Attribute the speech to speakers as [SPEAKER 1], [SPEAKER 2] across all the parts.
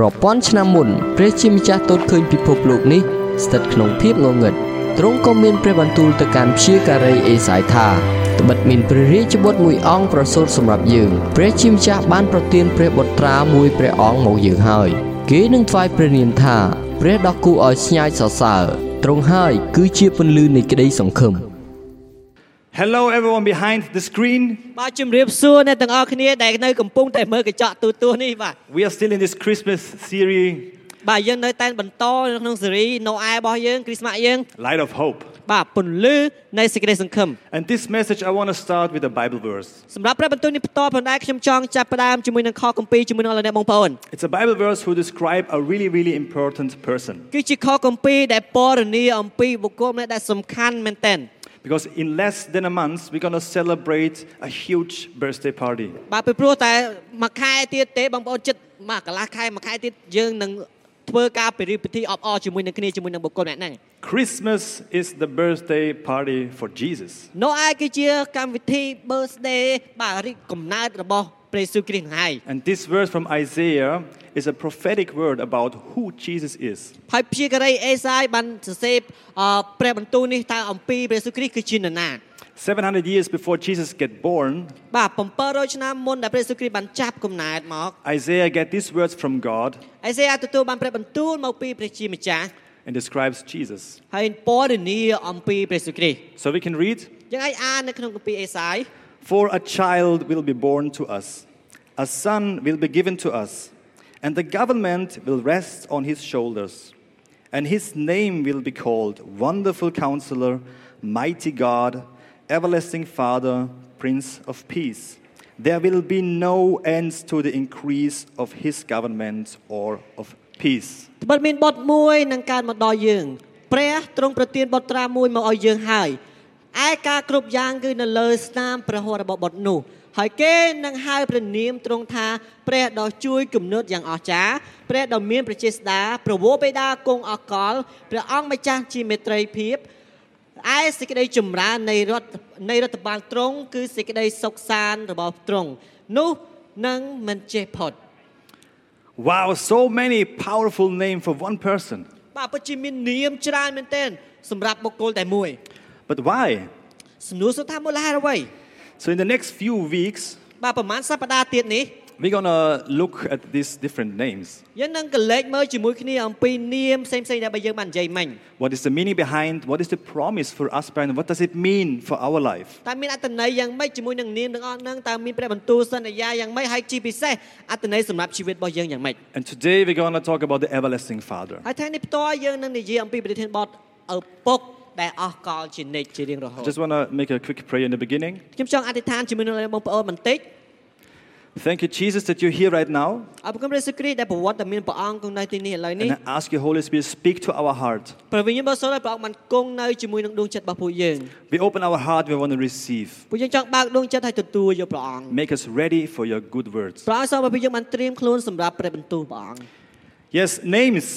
[SPEAKER 1] រាប់ពាន់ឆ្នាំមុនព្រះជាម្ចាស់ទតឃើញពិភពលោកនេះស្ថិតក្នុងភាពងងឹតទ្រង់ក៏មានព្រះបន្ទូលទៅកាន់ព្យាការីអេសាយថាត្បិតមានព្រះរាជបុត្រមួយអង្គប្រសូតសម្រាប់យើងព្រះជាម្ចាស់បានប្រទានព្រះបុត្រាមួយព្រះអង្គមកយើងហើយគេនឹងថ្វាយព្រះនាមថាព្រះដ៏គួរឲ្យស្ញើចសរសើរទ្រង់ហើយគឺជាពន្លឺនៃក្តីសង្ឃឹម
[SPEAKER 2] Hello, everyone behind the screen.
[SPEAKER 3] បាទជំរាបសួរអ្នកទាំងអស់គ្នាដែលនៅកំពុងតែមើលកញ្ចក់ទូទាស់នេះបាទ
[SPEAKER 2] We are still in this Christmas series,
[SPEAKER 3] បាទយើងនៅតែបន្តនៅក្នុងស៊េរី Noel របស់យើងគ្រីស្មាស់យើង
[SPEAKER 2] Light of Hope.
[SPEAKER 3] បាទពន្លឺនៃសេចក្តីសង្ឃឹម
[SPEAKER 2] And this message, I want to start with a Bible verse.
[SPEAKER 3] សម្រាប់ព្រះបន្ទូលនេះបន្តប៉ុន្តែខ្ញុំចង់ចាប់ផ្ដើមជាមួយនឹងខគម្ពីរជាមួយនឹងអស់លោកអ្នកបងប្អូន
[SPEAKER 2] It's a Bible verse who describe a really, really important person.
[SPEAKER 3] គឺជាខគម្ពីរដែលពណ៌នាអំពីបុគ្គលម្នាក់ដែលសំខាន់មែនទែន
[SPEAKER 2] Because in less than a month, we're going to celebrate a huge birthday party.
[SPEAKER 3] បាទពីព្រោះតែមួយខែទៀតទេបងប្អូនចិត្តមកកន្លះខែមួយខែទៀតយើងនឹងធ្វើការពិរីពិធីអបអរជាមួយនឹងគ្នាជាមួយនឹងបុគ្គលម្នាក់ហ្នឹង
[SPEAKER 2] Christmas is the birthday party for Jesus.
[SPEAKER 3] Noel គឺជាកម្មវិធី birthday បាទរីកកំណើតរបស់ព្រះយេស៊ូវគ្រីស្ទហ្នឹងហើយ
[SPEAKER 2] And this verse from Isaiah is a prophetic word about who Jesus is.
[SPEAKER 3] ហើយព្យាការីអេសាយបានសរសេរអឺព្រះបន្ទូលនេះតើអំពីព្រះយេស៊ូវគ្រីស្ទគឺជានរណា
[SPEAKER 2] 700 years before Jesus get born,
[SPEAKER 3] បាទ700ឆ្នាំមុនដែលព្រះយេស៊ូវគ្រីស្ទបានចាប់កំណើតមក
[SPEAKER 2] Isaiah get these words from God
[SPEAKER 3] អេសាយទទួលបានព្រះបន្ទូលមកពីព្រះជាម្ចាស់
[SPEAKER 2] and describes Jesus.
[SPEAKER 3] ហើយពណ៌នាអំពីព្រះយេស៊ូវគ្រីស្ទ
[SPEAKER 2] So we can read
[SPEAKER 3] យើងអាចអាននៅក្នុងគម្ពីរអេសាយ
[SPEAKER 2] For a child will be born to us, a son will be given to us, and the government will rest on his shoulders. And his name will be called Wonderful Counselor, Mighty God, Everlasting Father, Prince of Peace. There will be no end to the increase of his government or of peace.
[SPEAKER 3] ត្បិតមានបទមួយនឹងកើតមកដល់យើងព្រះទ្រង់ប្រទានបទត្រាមួយមកឲ្យយើងហើយឯការគ្រប់យ៉ាងគឺនៅលើស្នាមព្រះហស្ថរបស់បទនោះ ហើយគេនឹងហៅព្រះនាមទ្រង់ថាព្រះដ៏ជួយគំនិតយ៉ាងអស្ចារ្យព្រះដ៏មានព្រះចេស្តាប្រវោបេដាគង់អកលព្រះអង្គម្ចាស់ជាមេត្រីភាពឯសេចក្តីចម្រើននៃរដ្ឋនៃរដ្ឋបាលទ្រង់គឺសេចក្តីសុខសាន្តរបស់ទ្រង់នោះនឹងមិនចេះផុត
[SPEAKER 2] Wow, so many powerful names for one person.
[SPEAKER 3] បាទពិតជាមាននាមច្រើនមែនទែនសម្រាប់បុគ្គលតែមួយ
[SPEAKER 2] But why?
[SPEAKER 3] សំណួរសួរថាមូលហេតុអ្វី
[SPEAKER 2] So, in the next few weeks,
[SPEAKER 3] បាទប្រហែលសប្តាហ៍ទៀតនេះ
[SPEAKER 2] We're gonna look at these different names.
[SPEAKER 3] យើងនឹងកលេចមើលជាមួយគ្នាអំពីនាមផ្សេងៗដែលបើយើងបាននិយាយមិញ
[SPEAKER 2] What is the meaning behind? What is the promise for us, Brian? What does it mean for our life?
[SPEAKER 3] តើមានអត្ថន័យយ៉ាងម៉េចជាមួយនឹងនាមទាំងអស់ហ្នឹងតើមានព្រះបន្ទូលសន្យាយ៉ាងម៉េចហើយជាពិសេសអត្ថន័យសម្រាប់ជីវិតរបស់យើងយ៉ាងម៉េច
[SPEAKER 2] And today we're gonna talk about the everlasting Father.
[SPEAKER 3] ហើយថ្ងៃនេះផ្ទាល់យើងនឹងនិយាយអំពីប្រធានបទឪពុកដែលអស់កលជានិច្ចជារៀងរហូ
[SPEAKER 2] I
[SPEAKER 3] ត
[SPEAKER 2] just wanna make a quick prayer in the beginning.
[SPEAKER 3] ខ្ញុំចង់អធិដ្ឋានជាមួយនឹងលោកបងប្អូនបន្តិច
[SPEAKER 2] Thank you, Jesus, that you're here right now.
[SPEAKER 3] អរគុណព្រះយេស៊ូវគ្រីស្ទដែលប្រវត្តិតែមានព្រះអង្គគង់នៅទីនេះឥឡូវនេះ
[SPEAKER 2] And I ask you, Holy Spirit, speak to our heart.
[SPEAKER 3] ព្រះវិញ្ញាណបរិសុទ្ធឲ្យព្រះអង្គបានគង់នៅជាមួយនឹងដួងចិត្តរបស់ពួកយើង
[SPEAKER 2] We open our heart, we wanna receive.
[SPEAKER 3] ពួកយើងចង់បើកដួងចិត្តឲ្យទទួលយកព្រះអង្គ
[SPEAKER 2] Make us ready for your good words.
[SPEAKER 3] ព្រះអង្គសូមឲ្យពួកយើងបានត្រៀមខ្លួនសម្រាប់ព្រះបន្ទូលព្រះអង្គ
[SPEAKER 2] Yes, names.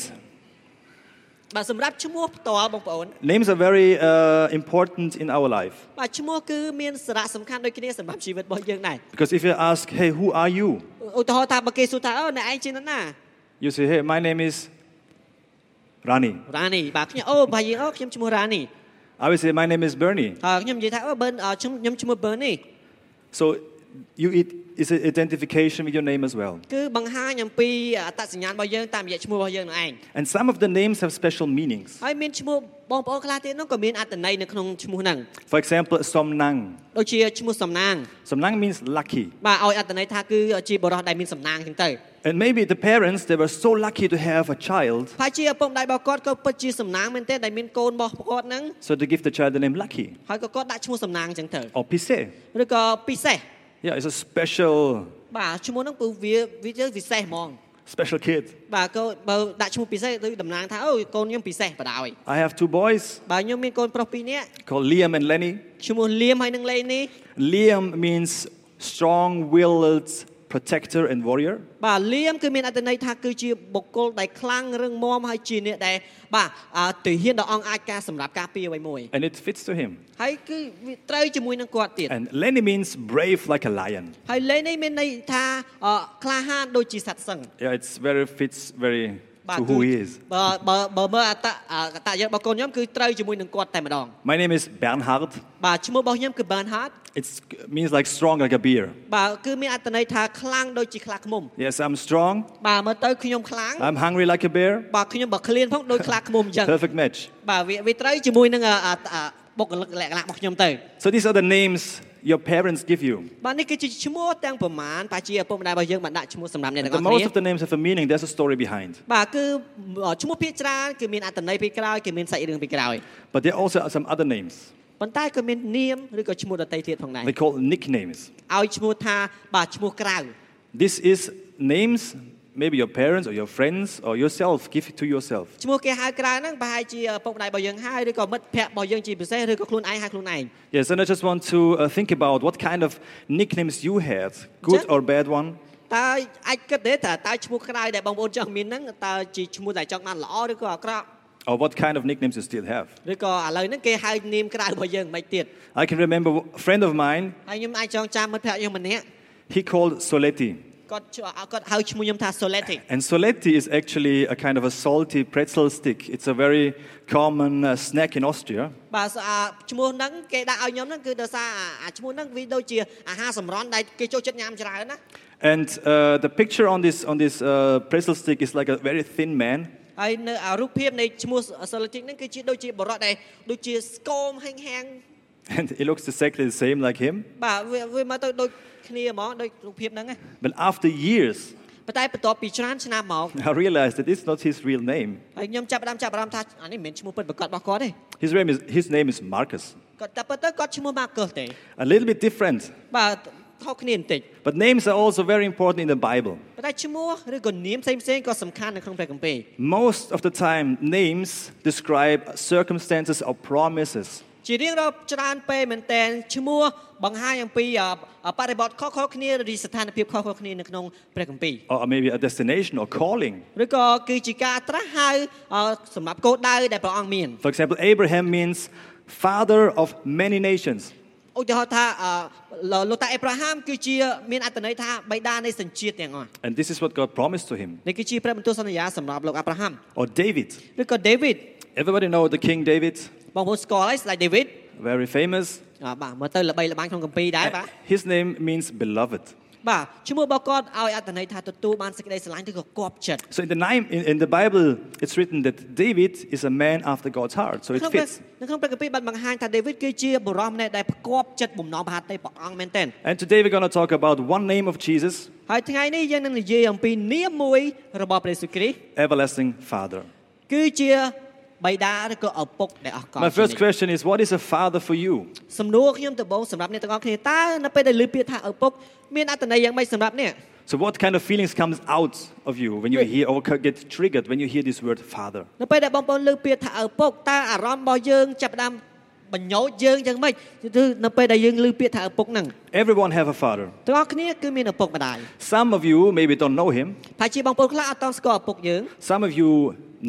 [SPEAKER 3] បាទសម្រាប់ឈ្មោះផ្ទាល់បងប្អូន
[SPEAKER 2] Names are very uh, important in our life.
[SPEAKER 3] បាទឈ្មោះគឺមានសារៈសំខាន់ដូចគ្នាសម្រាប់ជីវិតរបស់យើងដែរ
[SPEAKER 2] Because if you ask, hey, who are you?
[SPEAKER 3] ឧទាហរណ៍ថាបើគេសួរថាអូអ្នកឯងជានរណា
[SPEAKER 2] You say, hey, my name is Rani.
[SPEAKER 3] រ៉ានីបាទខ្ញុំអូបាទយើងអូខ្ញុំឈ្មោះរ៉ានី
[SPEAKER 2] I will say, my name is Bernie.
[SPEAKER 3] ហើយខ្ញុំនិយាយថាអូប៊ិនអឺខ្ញុំខ្ញុំឈ្មោះប៊ិននេះ
[SPEAKER 2] So you, it is an identification with your name as well.
[SPEAKER 3] គឺបង្ហាញអំពីអត្តសញ្ញាណរបស់យើងតាមរយៈឈ្មោះរបស់យើងនោះឯង
[SPEAKER 2] And some of the names have special meanings.
[SPEAKER 3] ហើយមានឈ្មោះបងប្អូនខ្លះទៀតនោះក៏មានអត្តន័យនៅក្នុងឈ្មោះហ្នឹង
[SPEAKER 2] For example, Somnang.
[SPEAKER 3] ដូចជាឈ្មោះសំណាង
[SPEAKER 2] Somnang means lucky.
[SPEAKER 3] បាទឲ្យអត្តន័យថាគឺជាបរិសដែលមានសំណាងចឹងទៅ
[SPEAKER 2] And maybe the parents, they were so lucky to have a child,
[SPEAKER 3] ផាជាឪពុកម្ដាយរបស់គាត់ក៏ពិតជាសំណាងមែនទេដែលមានកូនរបស់គាត់ហ្នឹង
[SPEAKER 2] so they give the child the name Lucky
[SPEAKER 3] ហើយក៏គាត់ដាក់ឈ្មោះសំណាងចឹងទៅ
[SPEAKER 2] or Pisse.
[SPEAKER 3] ឬក៏ពិសេស
[SPEAKER 2] Yeah, it's a special,
[SPEAKER 3] បាទឈ្មោះហ្នឹងគឺវាវាជាពិសេសហ្មង
[SPEAKER 2] special kid.
[SPEAKER 3] បាទក៏បើដាក់ឈ្មោះពិសេសគឺតំណាងថាអូយកូនខ្ញុំពិសេសបណ្ដោយ
[SPEAKER 2] I have two boys
[SPEAKER 3] បាទខ្ញុំមានកូនប្រុសពីរនាក់
[SPEAKER 2] called Liam and Lenny.
[SPEAKER 3] ឈ្មោះលៀមហើយនឹងលេងនេះ
[SPEAKER 2] Liam means strong-willed protector, and warrior.
[SPEAKER 3] បាទលៀមគឺមានអត្ថន័យថាគឺជាបុគ្គលដែលខ្លាំងរឹងមាំហើយជាអ្នកដែលបាទអ่าទាហានដ៏អង្គអាចការសម្រាប់ការពារអ្វីមួយ
[SPEAKER 2] And it fits to him.
[SPEAKER 3] ហើយគឺវាត្រូវជាមួយនឹងគាត់ទៀត
[SPEAKER 2] And Lenny means brave like a lion.
[SPEAKER 3] ហើយលេខនេះមានន័យថាអ่าក្លាហានដូចជាសត្វសឹង
[SPEAKER 2] Yeah, it's very fits very
[SPEAKER 3] បាទ
[SPEAKER 2] to
[SPEAKER 3] គឺ
[SPEAKER 2] who he is.
[SPEAKER 3] បើបើបើមើលអត្តអ่ากតញ្ញៈរបស់កូនខ្ញុំគឺត្រូវជាមួយនឹងគាត់តែម្ដង
[SPEAKER 2] My name is Bernhard.
[SPEAKER 3] បាទឈ្មោះរបស់ខ្ញុំគឺ Bernhard
[SPEAKER 2] It means like strong like a beer.
[SPEAKER 3] បាទគឺមានអត្ថន័យថាខ្លាំងដូចជាខ្លាឃ្មុំ
[SPEAKER 2] Yes, I'm strong.
[SPEAKER 3] បាទមើលទៅខ្ញុំខ្លាំង
[SPEAKER 2] I'm hungry like a bear.
[SPEAKER 3] បាទខ្ញុំបើឃ្លានផងដូចខ្លាឃ្មុំអញ្ចឹង
[SPEAKER 2] Perfect match.
[SPEAKER 3] បាទវាវាត្រូវជាមួយនឹងអ่าអ่าអ่าបុគ្គលិកលក្ខណៈរបស់ខ្ញុំទៅ
[SPEAKER 2] So these are the names your parents give you.
[SPEAKER 3] បាទនេះគឺជាឈ្មោះទាំងប្រមាណបាទជាឪពុកម្ដាយរបស់យើងបានដាក់ឈ្មោះសម្រាប់អ្នក
[SPEAKER 2] And
[SPEAKER 3] ទាំង
[SPEAKER 2] the
[SPEAKER 3] អស់គ្នា
[SPEAKER 2] most of the names have a meaning. There's a story behind.
[SPEAKER 3] បាទគឺឈ្មោះភាគច្រើនគឺមានអត្ថន័យពីក្រោយគឺមានសាច់រឿងពីក្រោយ
[SPEAKER 2] But there also are some other names.
[SPEAKER 3] ប៉ុន្តែក៏មាននាមឬក៏ឈ្មោះដតីទៀតផងដែរ
[SPEAKER 2] They call nicknames.
[SPEAKER 3] ឲ្យឈ្មោះថាបាទឈ្មោះក្រៅ
[SPEAKER 2] This is names maybe your parents or your friends or yourself give to yourself.
[SPEAKER 3] ឈ្មោះគេហៅក្រៅហ្នឹងប្រហែលជាឪពុកម្ដាយរបស់យើងហើយឬក៏មិត្តភ័ក្តិរបស់យើងជាពិសេសឬក៏ខ្លួនឯងហៅខ្លួនឯង
[SPEAKER 2] Yes, and I just want to uh, think about what kind of nicknames you had, good
[SPEAKER 3] Just-
[SPEAKER 2] or bad one.
[SPEAKER 3] តើអាចគិតទេតើតើឈ្មោះក្រៅដែលបងប្អូនចង់មានហ្នឹងតើជាឈ្មោះដែលចង់បានល្អឬក៏អាក្រក់
[SPEAKER 2] or what kind of nicknames you still have.
[SPEAKER 3] ឬក៏ឥឡូវហ្នឹងគេហៅនាមក្រៅរបស់យើងមិនទៀត
[SPEAKER 2] I can remember a friend of mine,
[SPEAKER 3] ហើយខ្ញុំអាចចងចាំមិត្តភ័ក្តិខ្ញុំម្នាក់
[SPEAKER 2] he called Soletti.
[SPEAKER 3] គាត់ឈ្មោះគាត់ហៅឈ្មោះខ្ញុំថា Soletti
[SPEAKER 2] And Soletti is actually a kind of a salty pretzel stick. It's a very common uh, snack in Austria.
[SPEAKER 3] បាទសអាឈ្មោះហ្នឹងគេដាក់ឲ្យខ្ញុំហ្នឹងគឺដោយសារអាអាឈ្មោះហ្នឹងវាដូចជាអាហារសម្រន់ដែលគេចូលចិត្តញ៉ាំច្រើនណា
[SPEAKER 2] And uh, the picture on this, on this uh, pretzel stick is like a very thin man.
[SPEAKER 3] ហើយនៅអារូបភាពនៃឈ្មោះ Soletti ហ្នឹងគឺជាដូចជាបរិបទដែលដូចជាស្គមហាំងហាំង
[SPEAKER 2] And it looks exactly the same like him.
[SPEAKER 3] បាទវាវាមកទៅដូចគ្នាហ្មងដូចរូបភាពហ្នឹងឯង
[SPEAKER 2] But after years,
[SPEAKER 3] ប៉ុន្តែបន្ទាប់ពីច្រើនឆ្នាំមក
[SPEAKER 2] I realized that it's not his real name.
[SPEAKER 3] ហើយខ្ញុំចាប់ផ្ដើមចាប់អារម្មណ៍ថាអានេះមិនមែនឈ្មោះពិតប្រាកដរបស់គាត់ទេ
[SPEAKER 2] His name is, his name is Marcus.
[SPEAKER 3] គាត់តែពិតទៅគាត់ឈ្មោះ Marcus ទេ
[SPEAKER 2] A little bit different.
[SPEAKER 3] បាទខុសគ្នាបន្តិច
[SPEAKER 2] But names are also very important in the Bible.
[SPEAKER 3] ប៉ុន្តែឈ្មោះឬក៏នាមផ្សេងៗក៏សំខាន់នៅក្នុងព្រះគម្ពីរ
[SPEAKER 2] Most of the time, names describe circumstances or promises.
[SPEAKER 3] ជារៀងរាល់ច្រើនពេលមែនតែនឈ្មោះបង្ហាញអំពីអអបរិបទខុសៗគ្នាឬស្ថានភាពខុសៗគ្នានៅក្នុងព្រះគម្ពី
[SPEAKER 2] Or maybe a destination or calling.
[SPEAKER 3] រឬក៏គឺជាការត្រាស់ហៅអសម្រាប់គោលដៅដែលព្រះអង្គមាន
[SPEAKER 2] For example, Abraham means father of many nations.
[SPEAKER 3] ឧទាហរណ៍ថាអលោកតាអេប្រាហាំគឺជាមានអត្ថន័យថាបិតានៃសញ្ជាតិទាំងអស់
[SPEAKER 2] And this is what God promised to him.
[SPEAKER 3] នេះគឺជាព្រះបន្ទូលសន្យាសម្រាប់លោកអេប្រាហាំ
[SPEAKER 2] Or David.
[SPEAKER 3] ឬក៏ដេវីត
[SPEAKER 2] Everybody know the King David,
[SPEAKER 3] បងប្អូនស្គាល់ហើយស្ដេចដេវីត
[SPEAKER 2] very famous.
[SPEAKER 3] អ่าបាទមើលទៅល្បីល្បាញក្នុងគម្ពីរដែរបាទ
[SPEAKER 2] His name means beloved.
[SPEAKER 3] បាទឈ្មោះរបស់គាត់ឲ្យអត្ថន័យថាទទួលបានសេចក្តីស្រឡាញ់ឬក៏គប់ចិត្ត
[SPEAKER 2] So in the, name, in, in the Bible, it's written that David is a man after God's heart. So it
[SPEAKER 3] ក្នុងព្រះ
[SPEAKER 2] fits.
[SPEAKER 3] នៅក្នុងព្រះគម្ពីរបានបង្ហាញថាដេវីតគឺជាបុរសម្នាក់ដែលផ្គាប់ចិត្តបំណងប្រហាត់ទេព្រះអង្គមែនទែន
[SPEAKER 2] And today we're going to talk about one name of Jesus,
[SPEAKER 3] ហើយថ្ងៃនេះយើងនឹងនិយាយអំពីនាមមួយរបស់ព្រះយេស៊ូវគ្រីស្ទ
[SPEAKER 2] everlasting Father.
[SPEAKER 3] គឺជាបិតាឬក៏ឪពុកដែលអស់កល
[SPEAKER 2] My first question is, what is a father for you?
[SPEAKER 3] សំណួរខ្ញុំដំបូងសម្រាប់អ្នកទាំងអស់គ្នាតើនៅពេលដែលឮពាក្យថាឪពុកមានអត្ថន័យយ៉ាងម៉េចសម្រាប់អ្នក
[SPEAKER 2] So what kind of feelings comes out of you when you
[SPEAKER 3] Good.
[SPEAKER 2] hear or ca- get triggered when you hear this word father?
[SPEAKER 3] នៅពេលដែលបងប្អូនឮពាក្យថាឪពុកតើអារម្មណ៍របស់យើងចាប់ផ្ដើមបញ្ញោចយើងយ៉ាងម៉េចគឺនៅពេលដែលយើងឮពាក្យថាឪពុកហ្នឹង
[SPEAKER 2] Everyone have a father.
[SPEAKER 3] ទាំងអស់គ្នាគឺមានឪពុកម្ដាយ
[SPEAKER 2] Some of you maybe don't know him.
[SPEAKER 3] ប្រហែលជាបងប្អូនខ្លះអត់តស្គាល់ឪពុកយើង
[SPEAKER 2] Some of you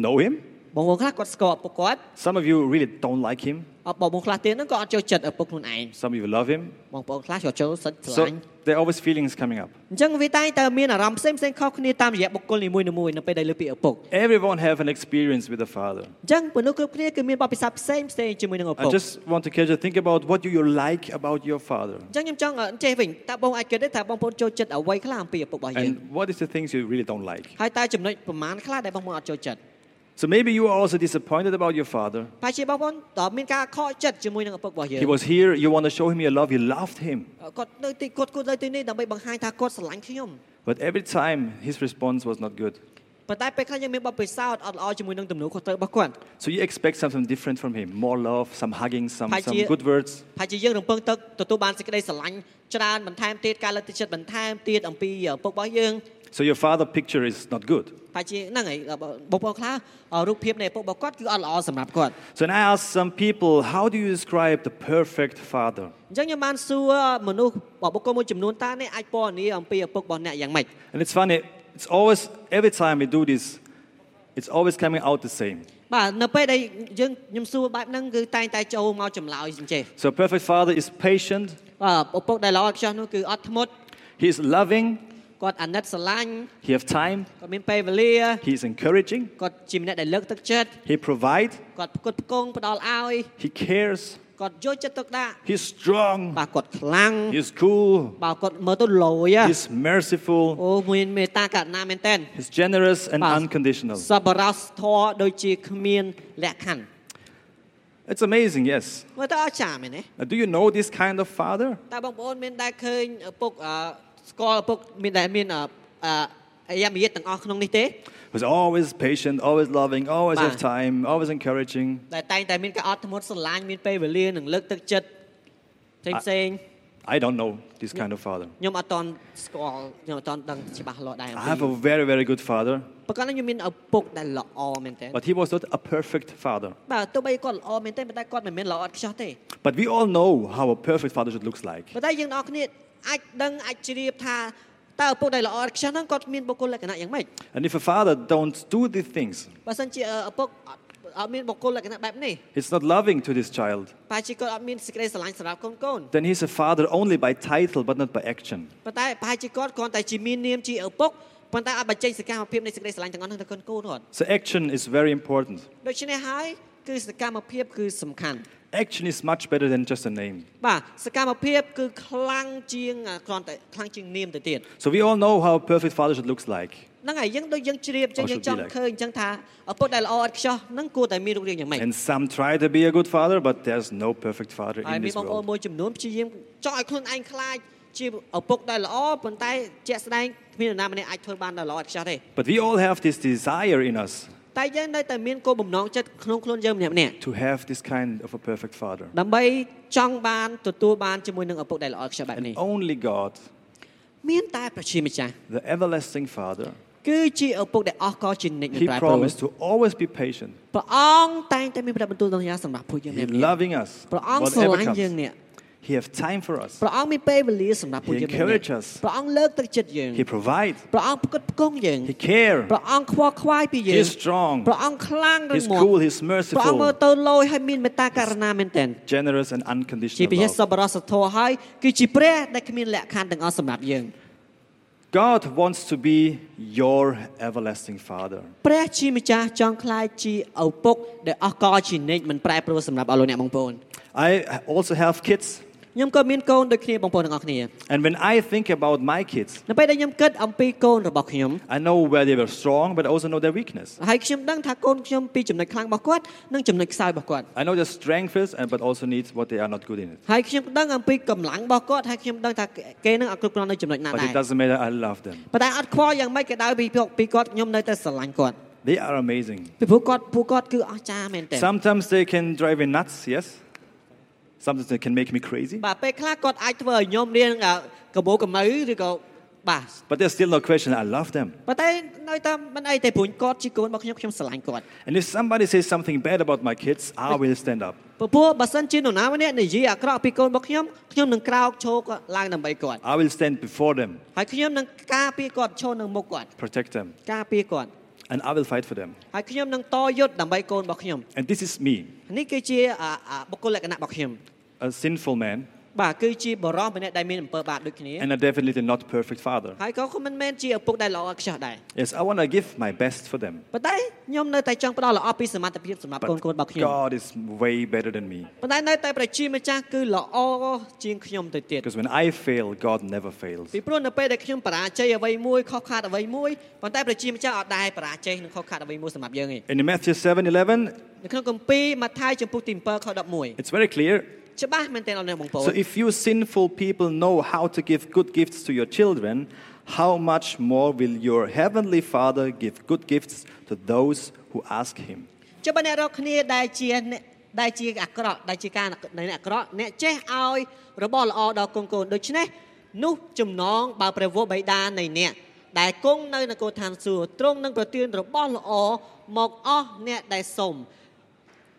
[SPEAKER 2] know him.
[SPEAKER 3] បងប្អូនខ្លះគាត់ស្គាល់ឪពុកគាត់
[SPEAKER 2] Some of you really don't like him.
[SPEAKER 3] អបងប្អូនខ្លះទៀតហ្នឹងក៏អត់ចូលចិត្តឪពុកខ្លួនឯង
[SPEAKER 2] Some of you love him.
[SPEAKER 3] បងប្អូនខ្លះចូលចិត្តសិតស្រឡា
[SPEAKER 2] So
[SPEAKER 3] ញ់
[SPEAKER 2] there are always feelings coming up.
[SPEAKER 3] អញ្ចឹងវាតែងតែមានអារម្មណ៍ផ្សេងផ្សេងៗខុសគ្នាតាមរយៈបុគ្គលនីមួយៗនៅពេលដែលលើពីឪពុក
[SPEAKER 2] Everyone have an experience with a father.
[SPEAKER 3] អញ្ចឹងមនុស្សគ្រប់គ្នាគឺមានបទពិសោធន៍ផ្សេងផ្សេងជាមួយនឹងឪពុ
[SPEAKER 2] I
[SPEAKER 3] ក
[SPEAKER 2] just want to catch you think about what do you like about your father
[SPEAKER 3] អញ្ចឹងខ្ញុំចង់ចេះវិញតើបងអាចគិតទេតើបងប្អូនចូលចិត្តអ្វីខ្លះអំពីឪពុករបស់យើង
[SPEAKER 2] and what is the things you really don't like.
[SPEAKER 3] ហើយតើចំណុចប្រមាណខ្លះដែលបងប្អូនអត់ចូលចិត្ត
[SPEAKER 2] So maybe you are also disappointed about your father.
[SPEAKER 3] ប្រហែលជាបងប្អូនតើមានការខកចិត្តជាមួយនឹងឪពុករបស់យើង
[SPEAKER 2] He was here. You want to show him your love. You loved him.
[SPEAKER 3] គាត់នៅទីគាត់គាត់នៅទីនេះដើម្បីបង្ហាញថាគាត់ស្រឡាញ់ខ្ញុំ
[SPEAKER 2] But every time his response was not good.
[SPEAKER 3] ប៉ុន្តែពេលខ្លះយើងមានបទពិសោធន៍អត់ល្អជាមួយនឹងទំនួលខុសត្រូវរបស់គាត់
[SPEAKER 2] So you expect something different from him more love, some hugging, some,
[SPEAKER 3] Phải
[SPEAKER 2] some
[SPEAKER 3] chia-
[SPEAKER 2] good words.
[SPEAKER 3] ហើយជាយើងរំពឹងទឹកទទួលបានសេចក្តីស្រឡាញ់ច្រើនបន្ថែមទៀតការលើកទឹកចិត្តបន្ថែមទៀតអំពីឪពុករបស់យើង
[SPEAKER 2] So your father picture is not good.
[SPEAKER 3] បាជាហ្នឹងហើយបងប្អូនខ្លះរូបភាពនៃឪពុករបស់គាត់គឺអត់ល្អសម្រាប់គាត់
[SPEAKER 2] So then I asked some people, how do you describe the perfect father?
[SPEAKER 3] អញ្ចឹងខ្ញុំបានសួរមនុស្សបុគ្គលមួយចំនួនតើអ្នកអាចពណ៌នាអំពីឪពុករបស់អ្នកយ៉ាងម៉េច
[SPEAKER 2] And it's funny, it's always, every time we do this, it's always coming out the same.
[SPEAKER 3] បាទនៅពេលដែលយើងខ្ញុំសួរបែបហ្នឹងគឺតែងតែចូលមកចម្លើយអញ្ចេះ
[SPEAKER 2] So a perfect father is patient,
[SPEAKER 3] បាទឪពុកដែលល្អឥតខ្ចោះនោះគឺអត់ធ្មត់
[SPEAKER 2] he is loving,
[SPEAKER 3] គាត់អាណិតស្រឡាញ់
[SPEAKER 2] he have time,
[SPEAKER 3] គាត់មានពេលវេលា
[SPEAKER 2] he is encouraging,
[SPEAKER 3] គាត់ជាម្នាក់ដែលលើកទឹកចិត្ត
[SPEAKER 2] he provide,
[SPEAKER 3] គាត់ផ្គត់ផ្គង់ផ្ដល់ឲ្យ
[SPEAKER 2] he cares,
[SPEAKER 3] គាត់យកចិត្តទុកដាក់
[SPEAKER 2] he's strong,
[SPEAKER 3] បាទគាត់ខ្លាំង
[SPEAKER 2] he is cool,
[SPEAKER 3] បាទគាត់មើលទៅលយហ៎
[SPEAKER 2] he's merciful,
[SPEAKER 3] អូមានមេត្តាករណាមែនតើ
[SPEAKER 2] he's generous and
[SPEAKER 3] បាទ
[SPEAKER 2] unconditional.
[SPEAKER 3] សប្បុរសធម៌ដូចជាគ្មានលក្ខខណ្ឌ
[SPEAKER 2] It's amazing, yes.
[SPEAKER 3] មើលទៅអស្ចារ្យមែនទេ
[SPEAKER 2] Now, do you know this kind of father?
[SPEAKER 3] តើបងប្អូនមានដែរឃើញឪពុកអឺស្គាល់ឪពុកមានដែរមានអឺអឺអាយ៉ាមយាទទាំងអស់ក្នុងនេះទេ
[SPEAKER 2] Who's always patient, always loving, always
[SPEAKER 3] Ba.
[SPEAKER 2] have time, always encouraging.
[SPEAKER 3] ដែលតែងតែមានការអត់ធ្មត់ស្រឡាញ់មានពេលវេលានិងលើកទឹកចិត្តផ្សេងផ្សេង
[SPEAKER 2] I don't know this kind of father.
[SPEAKER 3] ខ្ញុំអត់តន់ស្គាល់ខ្ញុំអត់តន់ដឹងច្បាស់លាស់ដែរ
[SPEAKER 2] I have a very, very good father,
[SPEAKER 3] ប្រកាសខ្ញុំមានឪពុកដែលល្អមែនតើ
[SPEAKER 2] but he was not a perfect father.
[SPEAKER 3] បាទទោះបីគាត់ល្អមែនទេប៉ុន្តែគាត់មិនមែនល្អឥតខ្ចោះទេ
[SPEAKER 2] But we all know how a perfect father should look like.
[SPEAKER 3] ប៉ុន្តែយើងអ្នកគ្នាអាចដឹងអាចជ្រាបថាតើឪពុកដែលល្អឥតខ្ចោះហ្នឹងគាត់មានបុគ្គលលក្ខណៈយ៉ាងម៉េច
[SPEAKER 2] And if a father don't do these things,
[SPEAKER 3] បើសិនជាឪពុកអត់អត់មានបុគ្គលលក្ខណៈបែបនេះ
[SPEAKER 2] he's not loving to this child,
[SPEAKER 3] បើជាគាត់អត់មានសេចក្តីស្រឡាញ់សម្រាប់កូនកូន
[SPEAKER 2] then he's a father only by title but not by action.
[SPEAKER 3] ប៉ុន្តែប្រហែលជាគាត់គ្រាន់តែជាមាននាមជាឪពុកប៉ុន្តែអត់បញ្ចេញសកម្មភាពនៃសេចក្តីស្រឡាញ់ទាំងអស់ហ្នឹងទៅកូនកូនគាត់
[SPEAKER 2] So action is very important.
[SPEAKER 3] ដូច្នេះហើយគឺសកម្មភាពគឺសំខាន់
[SPEAKER 2] Action is much better than just a name.
[SPEAKER 3] បាទសកម្មភាពគឺខ្លាំងជាងអាគ្រាន់តែខ្លាំងជាងនាមទៅទៀត
[SPEAKER 2] So we all know how a perfect father should look like.
[SPEAKER 3] ហ្នឹងហើយយើងដូចយើងជ្រាបចឹង
[SPEAKER 2] Oh,
[SPEAKER 3] យើងចង់
[SPEAKER 2] should be like.
[SPEAKER 3] ឃើញចឹងថាឪពុកដែលល្អឥតខ្ចោះហ្នឹងគួរតែមានរូបរាងយ៉ាងម៉េច
[SPEAKER 2] And some try to be a good father, but there's no perfect father
[SPEAKER 3] ហើយ
[SPEAKER 2] in
[SPEAKER 3] មាន
[SPEAKER 2] this
[SPEAKER 3] បងប្អូន
[SPEAKER 2] world.
[SPEAKER 3] មួយចំនួនព្យាយាមចង់ឲ្យខ្លួនឯងខ្លាចជាឪពុកដែលល្អប៉ុន្តែជាក់ស្ដែងគ្មាននរណាម្នាក់អាចធ្វើបានដល់ល្អឥតខ្ចោះទេ
[SPEAKER 2] But we all have this desire in us
[SPEAKER 3] តែយើងនៅតែមានគោលបំណងចិត្តក្នុងខ្លួនយើងម្នាក់ម្នាក់
[SPEAKER 2] to have this kind of a perfect father.
[SPEAKER 3] ដើម្បីចង់បានទទួលបានជាមួយនឹងឪពុកដែលល្អឥតខ្ចោះបែប
[SPEAKER 2] And
[SPEAKER 3] នេះ
[SPEAKER 2] only God,
[SPEAKER 3] មានតែប្រជាម្ចាស់
[SPEAKER 2] the everlasting Father,
[SPEAKER 3] គឺជាឪពុកដែលអស់កលជានិច្ចមិន
[SPEAKER 2] He
[SPEAKER 3] ប្រែប្រួល
[SPEAKER 2] promised to always be patient,
[SPEAKER 3] ព្រះអង្គតែងតែមានព្រះបន្ទូលសន្យាសម្រាប់ពួកយើង
[SPEAKER 2] He
[SPEAKER 3] ម្នាក់ម្នាក់
[SPEAKER 2] loving us,
[SPEAKER 3] ព្រះអង្គស្រ
[SPEAKER 2] whatever
[SPEAKER 3] ឡាញ់យើង
[SPEAKER 2] comes.
[SPEAKER 3] នេះ
[SPEAKER 2] He have time for us.
[SPEAKER 3] ព្រះអង្គមានពេលវេលាសម្រាប់ពួក
[SPEAKER 2] He
[SPEAKER 3] យើងម្នាក់ៗ
[SPEAKER 2] encourage us.
[SPEAKER 3] ព្រះអង្គលើកទឹកចិត្តយើង
[SPEAKER 2] He provide.
[SPEAKER 3] ព្រះអង្គផ្គត់ផ្គង់យើង
[SPEAKER 2] He care.
[SPEAKER 3] ព្រះអង្គខ្វល់ខ្វាយពីយើ
[SPEAKER 2] He
[SPEAKER 3] ង
[SPEAKER 2] is strong.
[SPEAKER 3] ព្រះអង្គខ្លាំងរឹង
[SPEAKER 2] He's
[SPEAKER 3] មាំ
[SPEAKER 2] cool. He's
[SPEAKER 3] ព្រះអង្គមើល
[SPEAKER 2] merciful.
[SPEAKER 3] ទៅលោយហើយមានមេត្តាករណាមែនទែន
[SPEAKER 2] Generous and
[SPEAKER 3] ជាពិ
[SPEAKER 2] unconditional
[SPEAKER 3] សេសស
[SPEAKER 2] love.
[SPEAKER 3] ប្បុរសធម៌ហើយគឺជាព្រះដែលគ្មានលក្ខខណ្ឌទាំងអស់សម្រាប់យើង
[SPEAKER 2] God wants to be your everlasting Father.
[SPEAKER 3] ព្រះជាម្ចាស់ចង់ខ្លាយជាឪពុកដែលអស់កលជានិច្ចមិនប្រែប្រួលសម្រាប់អស់លោកអ្នកបងប្អូន
[SPEAKER 2] I also have kids,
[SPEAKER 3] ខ្ញុំក៏មានកូនដូចគ្នាបងប្អូនទាំងអស់គ្នា
[SPEAKER 2] and when I think about my kids,
[SPEAKER 3] នៅពេលដែលខ្ញុំគិតអំពីកូនរបស់ខ្ញុំ
[SPEAKER 2] I know where they were strong, but I also know their weakness.
[SPEAKER 3] ហើយខ្ញុំដឹងថាកូនខ្ញុំពីចំណុចខ្លាំងរបស់គាត់និងចំណុចខ្សោយរបស់គាត់
[SPEAKER 2] I know their strength is, and but also needs what they are not good in it.
[SPEAKER 3] ហើយខ្ញុំដឹងអំពីកម្លាំងរបស់គាត់ហើយខ្ញុំដឹងថាគេនឹងអត់គ្រប់គ្រាន់នៅចំណុចណា
[SPEAKER 2] But
[SPEAKER 3] ដែរ
[SPEAKER 2] it doesn't matter. I love them.
[SPEAKER 3] ប៉ុន្តែអត់ខ្វល់យ៉ាងម៉េចក៏ដោយពីពួកពីគាត់ខ្ញុំនៅតែស្រឡាញ់គាត់
[SPEAKER 2] They are amazing.
[SPEAKER 3] ពីព្រោះគាត់ពួកគាត់គឺអស្ចារ្យមែនទែន
[SPEAKER 2] Sometimes they can drive me nuts. Yes. Sometimes they can make me crazy.
[SPEAKER 3] បាទពេលខ្លះគាត់អាចធ្វើឲ្យខ្ញុំរៀនកបោកម្ៅឬក៏បាទ
[SPEAKER 2] But there's still no question. I love them.
[SPEAKER 3] ប៉ុន្តែនៅតែមិនអីទេព្រោះគាត់ជាកូនរបស់ខ្ញុំខ្ញុំស្រឡាញ់គាត់
[SPEAKER 2] And if somebody says something bad about my kids, I will stand up.
[SPEAKER 3] ពពោះបើសិនជានរណាម្នាក់និយាយអាក្រក់ពីកូនរបស់ខ្ញុំខ្ញុំនឹងក្រោកឈរគាត់ឡើងដើម្បីគាត់
[SPEAKER 2] I will stand before them,
[SPEAKER 3] ហើយខ្ញុំនឹងការពារគាត់ឈរនៅមុខគាត់
[SPEAKER 2] protect them,
[SPEAKER 3] ការពារគាត់
[SPEAKER 2] and I will fight for them.
[SPEAKER 3] ហើយខ្ញុំនឹងតយុទ្ធដើម្បីកូនរបស់ខ្ញុំ
[SPEAKER 2] And this is me,
[SPEAKER 3] នេះគឺជាអាអាបុគ្គលលក្ខណៈរបស់ខ្ញុំ
[SPEAKER 2] a sinful man,
[SPEAKER 3] បាទគឺជាបរិសម្នាក់ដែលមានអំពើបាបដូចគ្នា
[SPEAKER 2] and a definitely not perfect father.
[SPEAKER 3] ហើយក៏ខ្ញុំមិនមែនជាឪពុកដែលល្អឥតខ្ចោះដែរ
[SPEAKER 2] Yes, I want to give my best for them.
[SPEAKER 3] ប៉ុន្តែខ្ញុំនៅតែចង់ផ្ដល់ល្អពីសមត្ថភាពសម្រាប់កូ
[SPEAKER 2] But
[SPEAKER 3] នកូនរបស់ខ្ញុំ
[SPEAKER 2] God is way better than me.
[SPEAKER 3] ប៉ុន្តែនៅតែប្រជាម្ចាស់គឺល្អជាងខ្ញុំទៅទៀត
[SPEAKER 2] Because when I fail, God never fails.
[SPEAKER 3] ពីព្រោះនៅពេលដែលខ្ញុំបរាជ័យអ្វីមួយខុសខាតអ្វីមួយប៉ុន្តែប្រជាម្ចាស់អត់ដែរបរាជ័យនិងខុសខាតអ្វីមួយសម្រាប់យើងទេ
[SPEAKER 2] In Matthew 7 11,
[SPEAKER 3] នៅក្នុងគម្ពីរម៉ាថាយចំពុះទី7ខ11
[SPEAKER 2] it's very clear.
[SPEAKER 3] ច្បាស់មែនទែនអស់អ្នកបងប្អូន
[SPEAKER 2] So if you sinful people know how to give good gifts to your children, how much more will your heavenly Father give good gifts to those who ask him?
[SPEAKER 3] ចុះបើអ្នករកគ្នាដែលជាអ្នកដែលជាអាក្រក់ដែលជាការនៃអ្នកអាក្រក់អ្នកចេះឲ្យរបស់ល្អដល់កូនកូនដូច្នេះនោះចំណងបើព្រះវរបិតានៃអ្នក ដែលគង់នៅនគរឋានសួគ៌ទ្រង់នឹងប្រទានរបស់ល្អមកអស់អ្នកដែលសុំ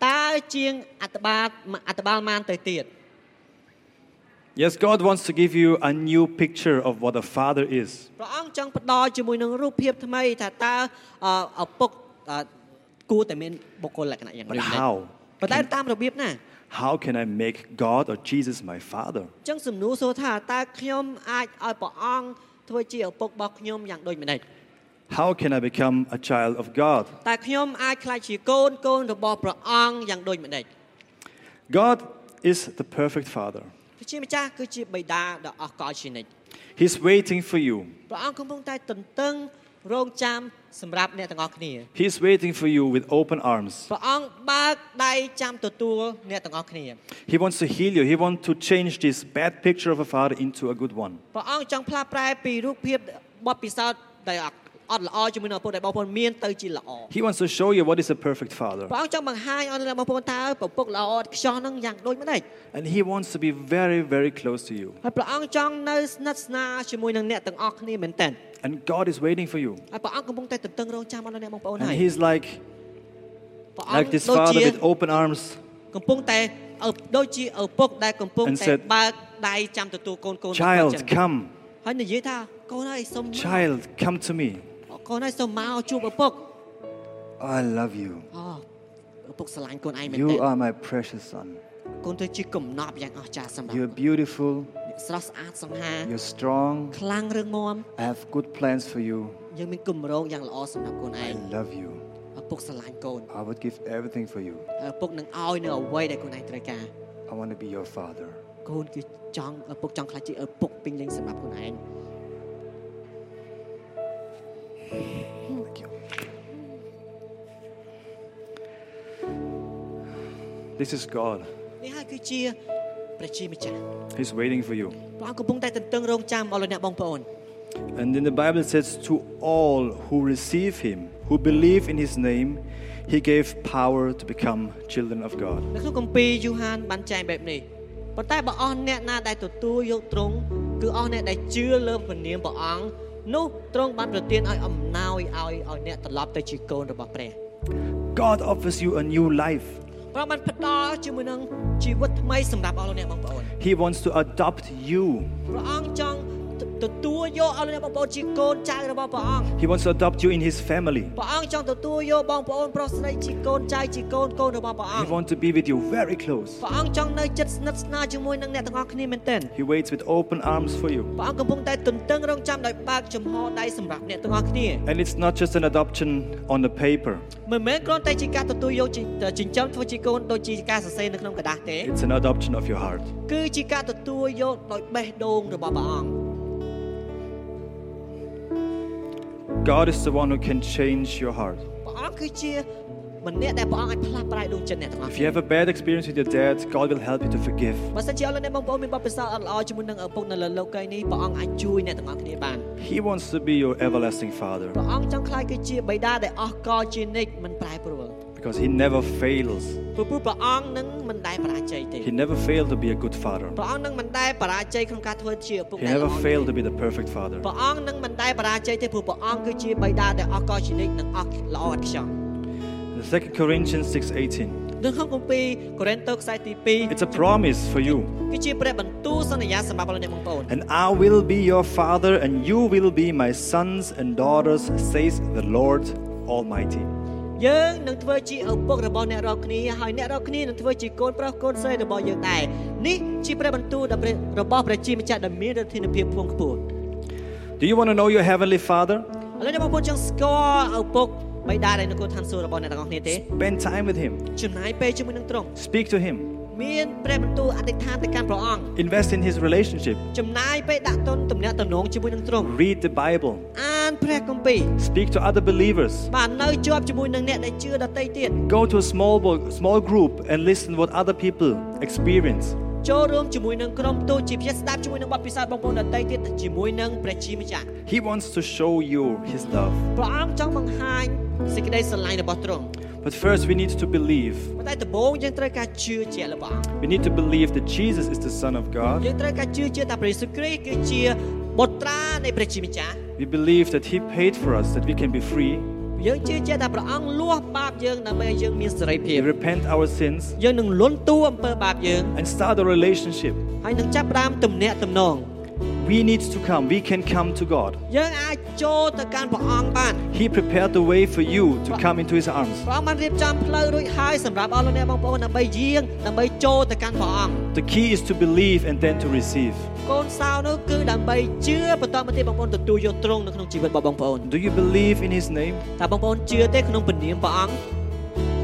[SPEAKER 3] តើជាងអត្តបាលអត្តបាលមានទៅទៀត
[SPEAKER 2] Yes, God wants to give you a new picture of what a father is.
[SPEAKER 3] ព្រះអង្គចង់ផ្ដល់ជាមួយនឹងរូបភាពថ្មីថាតើអឪពុកអគួរតែមានបុគ្គលលក្ខណៈយ៉ាងម៉េ
[SPEAKER 2] But
[SPEAKER 3] ចដែរ
[SPEAKER 2] how?
[SPEAKER 3] ប៉ុន្តែតាមរបៀបណា
[SPEAKER 2] How can I make God or Jesus my father?
[SPEAKER 3] អញ្ចឹងសំណួរសួរថាតើខ្ញុំអាចឲ្យព្រះអង្គធ្វើជាឪពុករបស់ខ្ញុំយ៉ាងដូចម្ដេច
[SPEAKER 2] How can I become a child of God?
[SPEAKER 3] តើខ្ញុំអាចក្លាយជាកូនកូនរបស់ព្រះអង្គយ៉ាងដូចម្ដេច
[SPEAKER 2] God is the perfect father.
[SPEAKER 3] ព្រះជាម្ចាស់គឺជាបិតាដ៏អស្ចារ្យជានិច្ច
[SPEAKER 2] He's waiting for you.
[SPEAKER 3] ព្រះអង្គកំពុងតែតន្ទឹងរង់ចាំសម្រាប់អ្នកទាំងអស់គ្នា
[SPEAKER 2] He's waiting for you with open arms.
[SPEAKER 3] ព្រះអង្គបើកដៃចាំទទួលអ្នកទាំងអស់គ្នា
[SPEAKER 2] He wants to heal you. He wants to change this bad picture of a father into a good one.
[SPEAKER 3] ព្រះអង្គចង់ផ្លាស់ប្រែពីរូបភាពបទពិសោធន៍ដែលអត់ល្អជាមួយនឹងឪពុកដែលបងប្អូនមានទៅជាល្អ
[SPEAKER 2] He wants to show you what is a perfect father.
[SPEAKER 3] ព្រះអង្គចង់បង្ហាញអស់ដល់បងប្អូនតើឪពុកល្អឥតខ្ចោះហ្នឹងយ៉ាងដូចម្ដេច
[SPEAKER 2] And he wants to be very, very close to you.
[SPEAKER 3] ហើយព្រះអង្គចង់នៅស្និទ្ធស្នាលជាមួយនឹងអ្នកទាំងអស់គ្នាមែនតើ
[SPEAKER 2] And God is waiting for you.
[SPEAKER 3] ហើយព្រះអង្គកំពុងតែតន្ទឹងរង់ចាំអស់ដល់អ្នកបងប្អូន
[SPEAKER 2] And
[SPEAKER 3] ហើយ
[SPEAKER 2] he's like,
[SPEAKER 3] ព្រះអង្គ
[SPEAKER 2] like this
[SPEAKER 3] ដូច
[SPEAKER 2] father
[SPEAKER 3] ជា
[SPEAKER 2] with open arms.
[SPEAKER 3] កំពុងតែឪដូចជាឪពុកដែលកំពុង
[SPEAKER 2] And
[SPEAKER 3] តែ
[SPEAKER 2] said,
[SPEAKER 3] បើកដៃចាំទទួលកូនកូន
[SPEAKER 2] Child, come.
[SPEAKER 3] ហើយនិយាយថាកូនហើយសុំមក
[SPEAKER 2] Child, come to me.
[SPEAKER 3] កូនហើយសុំមកជួបឪពុក
[SPEAKER 2] I love you.
[SPEAKER 3] អូឪពុកស្រឡាញ់កូនឯងមែន
[SPEAKER 2] You
[SPEAKER 3] ទេ
[SPEAKER 2] are my precious son.
[SPEAKER 3] កូនទៅជាកំណប់យ៉ាងអស្ចារ្យសម្រាប់
[SPEAKER 2] You're beautiful.
[SPEAKER 3] អ្នកស្រស់ស្អាតសង្ហា
[SPEAKER 2] You're strong.
[SPEAKER 3] ខ្លាំងរឹងមាំ
[SPEAKER 2] I have good plans for you.
[SPEAKER 3] យើងមានគម្រោងយ៉ាងល្អសម្រាប់កូនឯ
[SPEAKER 2] I
[SPEAKER 3] ង
[SPEAKER 2] love you.
[SPEAKER 3] ឪពុកស្រឡាញ់កូន
[SPEAKER 2] I would give everything for you.
[SPEAKER 3] ហើយឪពុកនឹងឲ្យនៅអ្វីដែលកូនឯងត្រូវការ
[SPEAKER 2] I want to be your father.
[SPEAKER 3] កូនគឺចង់ឪពុកចង់ខ្លាចជាឪពុកពេញលេញសម្រាប់ខ្លួនឯង
[SPEAKER 2] Thank you. This is God.
[SPEAKER 3] នេះហើយគឺជាព្រះជាម្ចាស់
[SPEAKER 2] He's waiting for you.
[SPEAKER 3] ព្រះអង្គកំពុងតែតន្ទឹងរង់ចាំអស់លោកអ្នកបងប្អូន
[SPEAKER 2] And in the Bible it says, To all who receive him, who believe in his name, he gave power to become children of God.
[SPEAKER 3] នៅក្នុងគម្ពីរយូហានបានចែងបែបនេះប៉ុន្តែបើអស់អ្នកណាដែលទទួលយកទ្រង់គឺអស់អ្នកដែលជឿលើព្រះនាមព្រះអង្គនោះទ្រង់បានប្រទានឲ្យអំណោយឲ្យឲ្យអ្នកត្រឡប់ទៅជាកូនរបស់ព្រះ
[SPEAKER 2] God offers you a new life.
[SPEAKER 3] ព្រះបានផ្ដល់ជាមួយនឹងជីវិតថ្មីសម្រាប់អស់លោកអ្នកបងប្អូន
[SPEAKER 2] He wants to adopt you.
[SPEAKER 3] ព្រះអង្គចង់ទទួលយកអស់លោកអ្នកបងប្អូនជាកូនចៅរបស់ព្រះអង្គ
[SPEAKER 2] He wants to adopt you in his family.
[SPEAKER 3] ព្រះអង្គចង់ទទួលយកបងប្អូនប្រុសស្រីជាកូនចៅជាកូនកូនរបស់ព្រះអ
[SPEAKER 2] He
[SPEAKER 3] ង្គ
[SPEAKER 2] wants to be with you very close.
[SPEAKER 3] ព្រះអង្គចង់នៅជិតស្និទ្ធស្នាលជាមួយនឹងអ្នកទាំងអស់គ្នាមែនទែន
[SPEAKER 2] He waits with open arms for you.
[SPEAKER 3] ព្រះអង្គកំពុងតែទន្ទឹងរង់ចាំដោយបើកចំហដៃសម្រាប់អ្នកទាំងអស់គ្នា
[SPEAKER 2] And it's not just an adoption on the paper,
[SPEAKER 3] មិនមែនគ្រាន់តែជាការទទួលយកចិញ្ចិញ្ចឹមធ្វើជាកូនដូចជាការសរសេរនៅក្នុងกระดาษទេ
[SPEAKER 2] it's an adoption of your heart.
[SPEAKER 3] គឺជាការទទួលយកដោយបេះដូងរបស់ព្រះអង្គ
[SPEAKER 2] God is the one who can change your heart.
[SPEAKER 3] ព្រះអង្គគឺជាម្នាក់ដែលព្រះអង្គអាចផ្លាស់ប្រែដួងចិត្តអ្នកទាំងអស់
[SPEAKER 2] If
[SPEAKER 3] គ្នា
[SPEAKER 2] you have a bad experience with your dad, God will help you to forgive.
[SPEAKER 3] បើសិនជាអស់លោកអ្នកបងប្អូនមានបទពិសោធន៍អត់ល្អជាមួយនឹងឪពុកនៅលើលោកីយនេះព្រះអង្គអាចជួយអ្នកទាំងអស់គ្នាបាន
[SPEAKER 2] He wants to be your everlasting father
[SPEAKER 3] ព្រះអង្គចង់ខ្លាយគឺជាបិតាដែលអស់កលជានិច្ចមិនប្រែប្រួល
[SPEAKER 2] because he never fails.
[SPEAKER 3] ព្រោះព្រះអង្គនឹងមិនដែលបរាជ័យទេ
[SPEAKER 2] He never failed to be a good father.
[SPEAKER 3] ព្រះអង្គនឹងមិនដែលបរាជ័យក្នុងការធ្វើជាឪពុក
[SPEAKER 2] He
[SPEAKER 3] ដែល
[SPEAKER 2] never
[SPEAKER 3] ល្អ
[SPEAKER 2] failed to be the perfect father.
[SPEAKER 3] ព្រះអង្គនឹងមិនដែលបរាជ័យទេព្រោះព្រះអង្គគឺជាបិតាដែលអស់កលជានិច្ចនិងអស់ល្អឥតខ្ចោះ
[SPEAKER 2] In 2 Corinthians 6:18.
[SPEAKER 3] នៅក្នុងគម្ពីរកូរិនថូសខ្សែទី2
[SPEAKER 2] It's a promise for you.
[SPEAKER 3] គឺជាព្រះបន្ទូលសន្យាសម្រាប់អស់លោកអ្នកបងប្អូន
[SPEAKER 2] And I will be your father and you will be my sons and daughters, says the Lord Almighty.
[SPEAKER 3] យើងនឹងធ្វើជាឪពុករបស់អ្នករាល់គ្នាហើយអ្នករាល់គ្នានឹងធ្វើជាកូនប្រុសកូនស្រីរបស់យើងដែរនេះជាព្រះបន្ទូលដ៏ព្រះរបស់ព្រះជាម្ចាស់ដ៏មានឫទ្ធានុភាពខ្ពង់ខ្ពស់
[SPEAKER 2] Do you want to know your heavenly father?
[SPEAKER 3] ឥឡូវអ្នកបងប្អូនចង់ស្គាល់ឪពុកបិតាដែលនៅគូឋានសួគ៌របស់អ្នកទាំងអស់គ្នាទេ
[SPEAKER 2] Spend time with him.
[SPEAKER 3] ចំណាយពេលជាមួយនឹងទ្រង់
[SPEAKER 2] Speak to him.
[SPEAKER 3] មានព្រះបន្ទូលអធិដ្ឋានទៅកាន់ព្រះអង្គ
[SPEAKER 2] Invest in his relationship.
[SPEAKER 3] ចំណាយពេលដាក់ទុនទំនាក់ទំនងជាមួយនឹងទ្រង់
[SPEAKER 2] Read the Bible.
[SPEAKER 3] អានព្រះគម្ពីរ
[SPEAKER 2] Speak to other believers.
[SPEAKER 3] បាននៅជាប់ជាមួយនឹងអ្នកដែលជឿដតីទៀត
[SPEAKER 2] Go to a small bo- small group and listen what other people experience.
[SPEAKER 3] ចូលរួមជាមួយនឹងក្រុមទូតជាពិសេសស្ដាប់ជាមួយនឹងបទពិសោធន៍បងប្អូនដតីទៀតជាមួយនឹងព្រះជាម្ចាស់
[SPEAKER 2] He wants to show you his love.
[SPEAKER 3] ព្រះអង្គចង់បង្ហាញសេចក្តីស្រឡាញ់របស់ទ្រង់
[SPEAKER 2] But first we need to believe.
[SPEAKER 3] ប៉ុន្តែដំបូងយើងត្រូវការជឿជាក់របស់អង្គ
[SPEAKER 2] We need to believe that Jesus is the son of God.
[SPEAKER 3] យើងត្រូវការជឿជាក់ថាព្រះយេស៊ូវគ្រីស្ទគឺជាបុត្រានៃព្រះជាម្ចាស់
[SPEAKER 2] We We believe that He paid for us, that we can be free.
[SPEAKER 3] យើងជឿជាក់ថាព្រះអង្គលួសបាបយើងដើម្បីឲ្យយើងមានសេរីភាព
[SPEAKER 2] We repent our sins
[SPEAKER 3] យើងនឹងលន់តួអំពើបាបយើង
[SPEAKER 2] and start a relationship.
[SPEAKER 3] ហើយនឹងចាប់ផ្ដើមទំនាក់ទំនង
[SPEAKER 2] We need to come. We can come to God.
[SPEAKER 3] យើងអាចចូលទៅកាន់ព្រះអង្គបាន
[SPEAKER 2] He prepared the way for you to come into His arms,
[SPEAKER 3] ព្រះអង្គបានរៀបចំផ្លូវរួចហើយសម្រាប់អស់លោកអ្នកបងប្អូនដើម្បីយាងដើម្បីចូលទៅកាន់ព្រះអង្គ
[SPEAKER 2] the key is to believe and then to receive.
[SPEAKER 3] កូនសោនោះគឺដើម្បីជឿបន្តមកទៀតបងប្អូនទទួលយកត្រង់នៅក្នុងជីវិតរបស់បងប្អូន
[SPEAKER 2] Do you believe in His name?
[SPEAKER 3] តើបងប្អូនជឿទេក្នុងពនាមព្រះអង្គ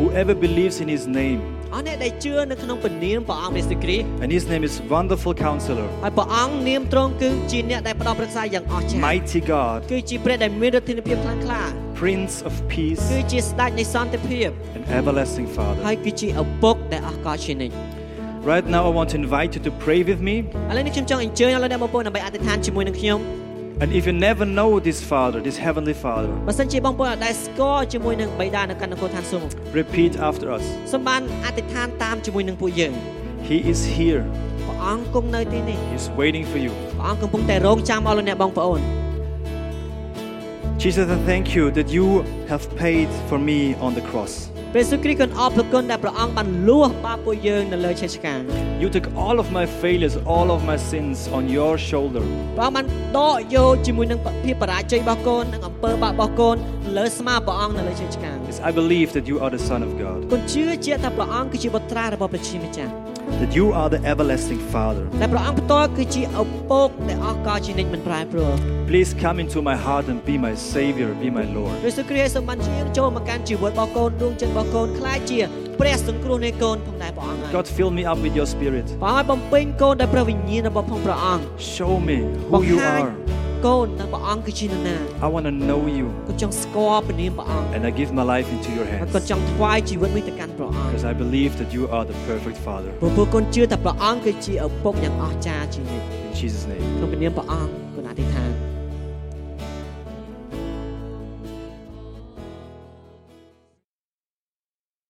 [SPEAKER 2] Whoever believes in His name,
[SPEAKER 3] អស់អ្នកដែលជឿនៅក្នុងពនាមព្រះអង្គព្រះសិគ្រី
[SPEAKER 2] and His name is Wonderful Counselor,
[SPEAKER 3] ហើយព្រះអង្គនាមត្រង់គឺជាអ្នកដែលផ្ដល់ប្រឹក្សាយ៉ាងអស្ចារ្យ
[SPEAKER 2] Mighty God,
[SPEAKER 3] គឺជាព្រះដែលមានឫទ្ធានុភាពខ្លាំងក្លា
[SPEAKER 2] Prince of Peace,
[SPEAKER 3] គឺជាស្ដេចនៃសន្តិភាព
[SPEAKER 2] and Everlasting
[SPEAKER 3] ហើ
[SPEAKER 2] Father.
[SPEAKER 3] យគឺជាឪពុកដែលអស់កលជានិច្ច
[SPEAKER 2] Right now, I want to invite you to pray with me.
[SPEAKER 3] ឥឡូវនេះខ្ញុំចង់អញ្ជើញអស់លោកអ្នកបងប្អូនដើម្បីអធិដ្ឋានជាមួយនឹងខ្ញុំ
[SPEAKER 2] And if you never know this Father, this Heavenly Father,
[SPEAKER 3] បើសិនជាបងប្អូនអត់ដែលស្គាល់ជាមួយនឹងបិតានៅកណ្ដាលគោឋានសូម
[SPEAKER 2] repeat after us.
[SPEAKER 3] សូមបានអធិដ្ឋានតាមជាមួយនឹងពួកយើង
[SPEAKER 2] He is here.
[SPEAKER 3] ព្រះអង្គគង់នៅទីនេះ
[SPEAKER 2] He is waiting for you.
[SPEAKER 3] ព្រះអង្គកំពុងតែរងចាំអស់លោកអ្នកបងប្អូន
[SPEAKER 2] Jesus, I thank you that you have paid for me on the cross.
[SPEAKER 3] ព្រះយេស៊ូវគ្រីស្ទក៏អរព្រគុណដែលព្រះអង្គបានលួសបាបពួកយើងនៅលើឈើឆ្កាង
[SPEAKER 2] You took all of my failures, all of my sins on your shoulder.
[SPEAKER 3] ព្រះអង្គបានដកយកជាមួយនឹងភាពបរាជ័យរបស់កូននិងអំពើបាបរបស់កូនលើស្មារតីព្រះអង្គនៅលើឈើឆ្កាង
[SPEAKER 2] Yes, I believe that you are the Son of God,
[SPEAKER 3] គូនជឿជាក់ថាព្រះអង្គគឺជាបុត្រារបស់ព្រះជាម្ចាស់
[SPEAKER 2] that you are the everlasting Father.
[SPEAKER 3] តែព្រះអង្គផ្ទាល់គឺជាឪពុកដែលអស់កលជានិច្ចមិនប្រែប្រួល
[SPEAKER 2] Please come into my heart and be my Savior, be my Lord.
[SPEAKER 3] ព្រះយេស៊ូវគ្រីស្ទសូមបានជាងចូលមកកាន់ជីវិតរបស់កូនដួងចិត្តរបស់កូនខ្លាចជាព្រះសង្គ្រោះនៃកូនផងដែរព្រះអង្គហើយ
[SPEAKER 2] God, fill me up with your Spirit.
[SPEAKER 3] ព្រះអង្គឲ្យបំពេញកូនដោយព្រះវិញ្ញាណរបស់ផងព្រះអង្គ
[SPEAKER 2] Show me
[SPEAKER 3] ប
[SPEAKER 2] who you
[SPEAKER 3] ង្ហាញ
[SPEAKER 2] are.
[SPEAKER 3] កូននៅព្រះអង្គគឺជានរណា
[SPEAKER 2] I want to know you,
[SPEAKER 3] គាត់ចង់ស្គាល់ព្រះនាមព្រះអង្គ
[SPEAKER 2] and I give my life into your
[SPEAKER 3] ហើយ
[SPEAKER 2] hands
[SPEAKER 3] គាត់ចង់ថ្វាយជីវិតមួយទៅកាន់ព្រះអង្គ
[SPEAKER 2] because I believe that you are the perfect Father.
[SPEAKER 3] ព្រោះពួកគាត់ជឿថាព្រះអង្គគឺជាឪពុកយ៉ាងអស្ចារ្យជានិច្ច
[SPEAKER 2] In Jesus' name.
[SPEAKER 3] ក្នុងព្រះនាមព្រះអង្គ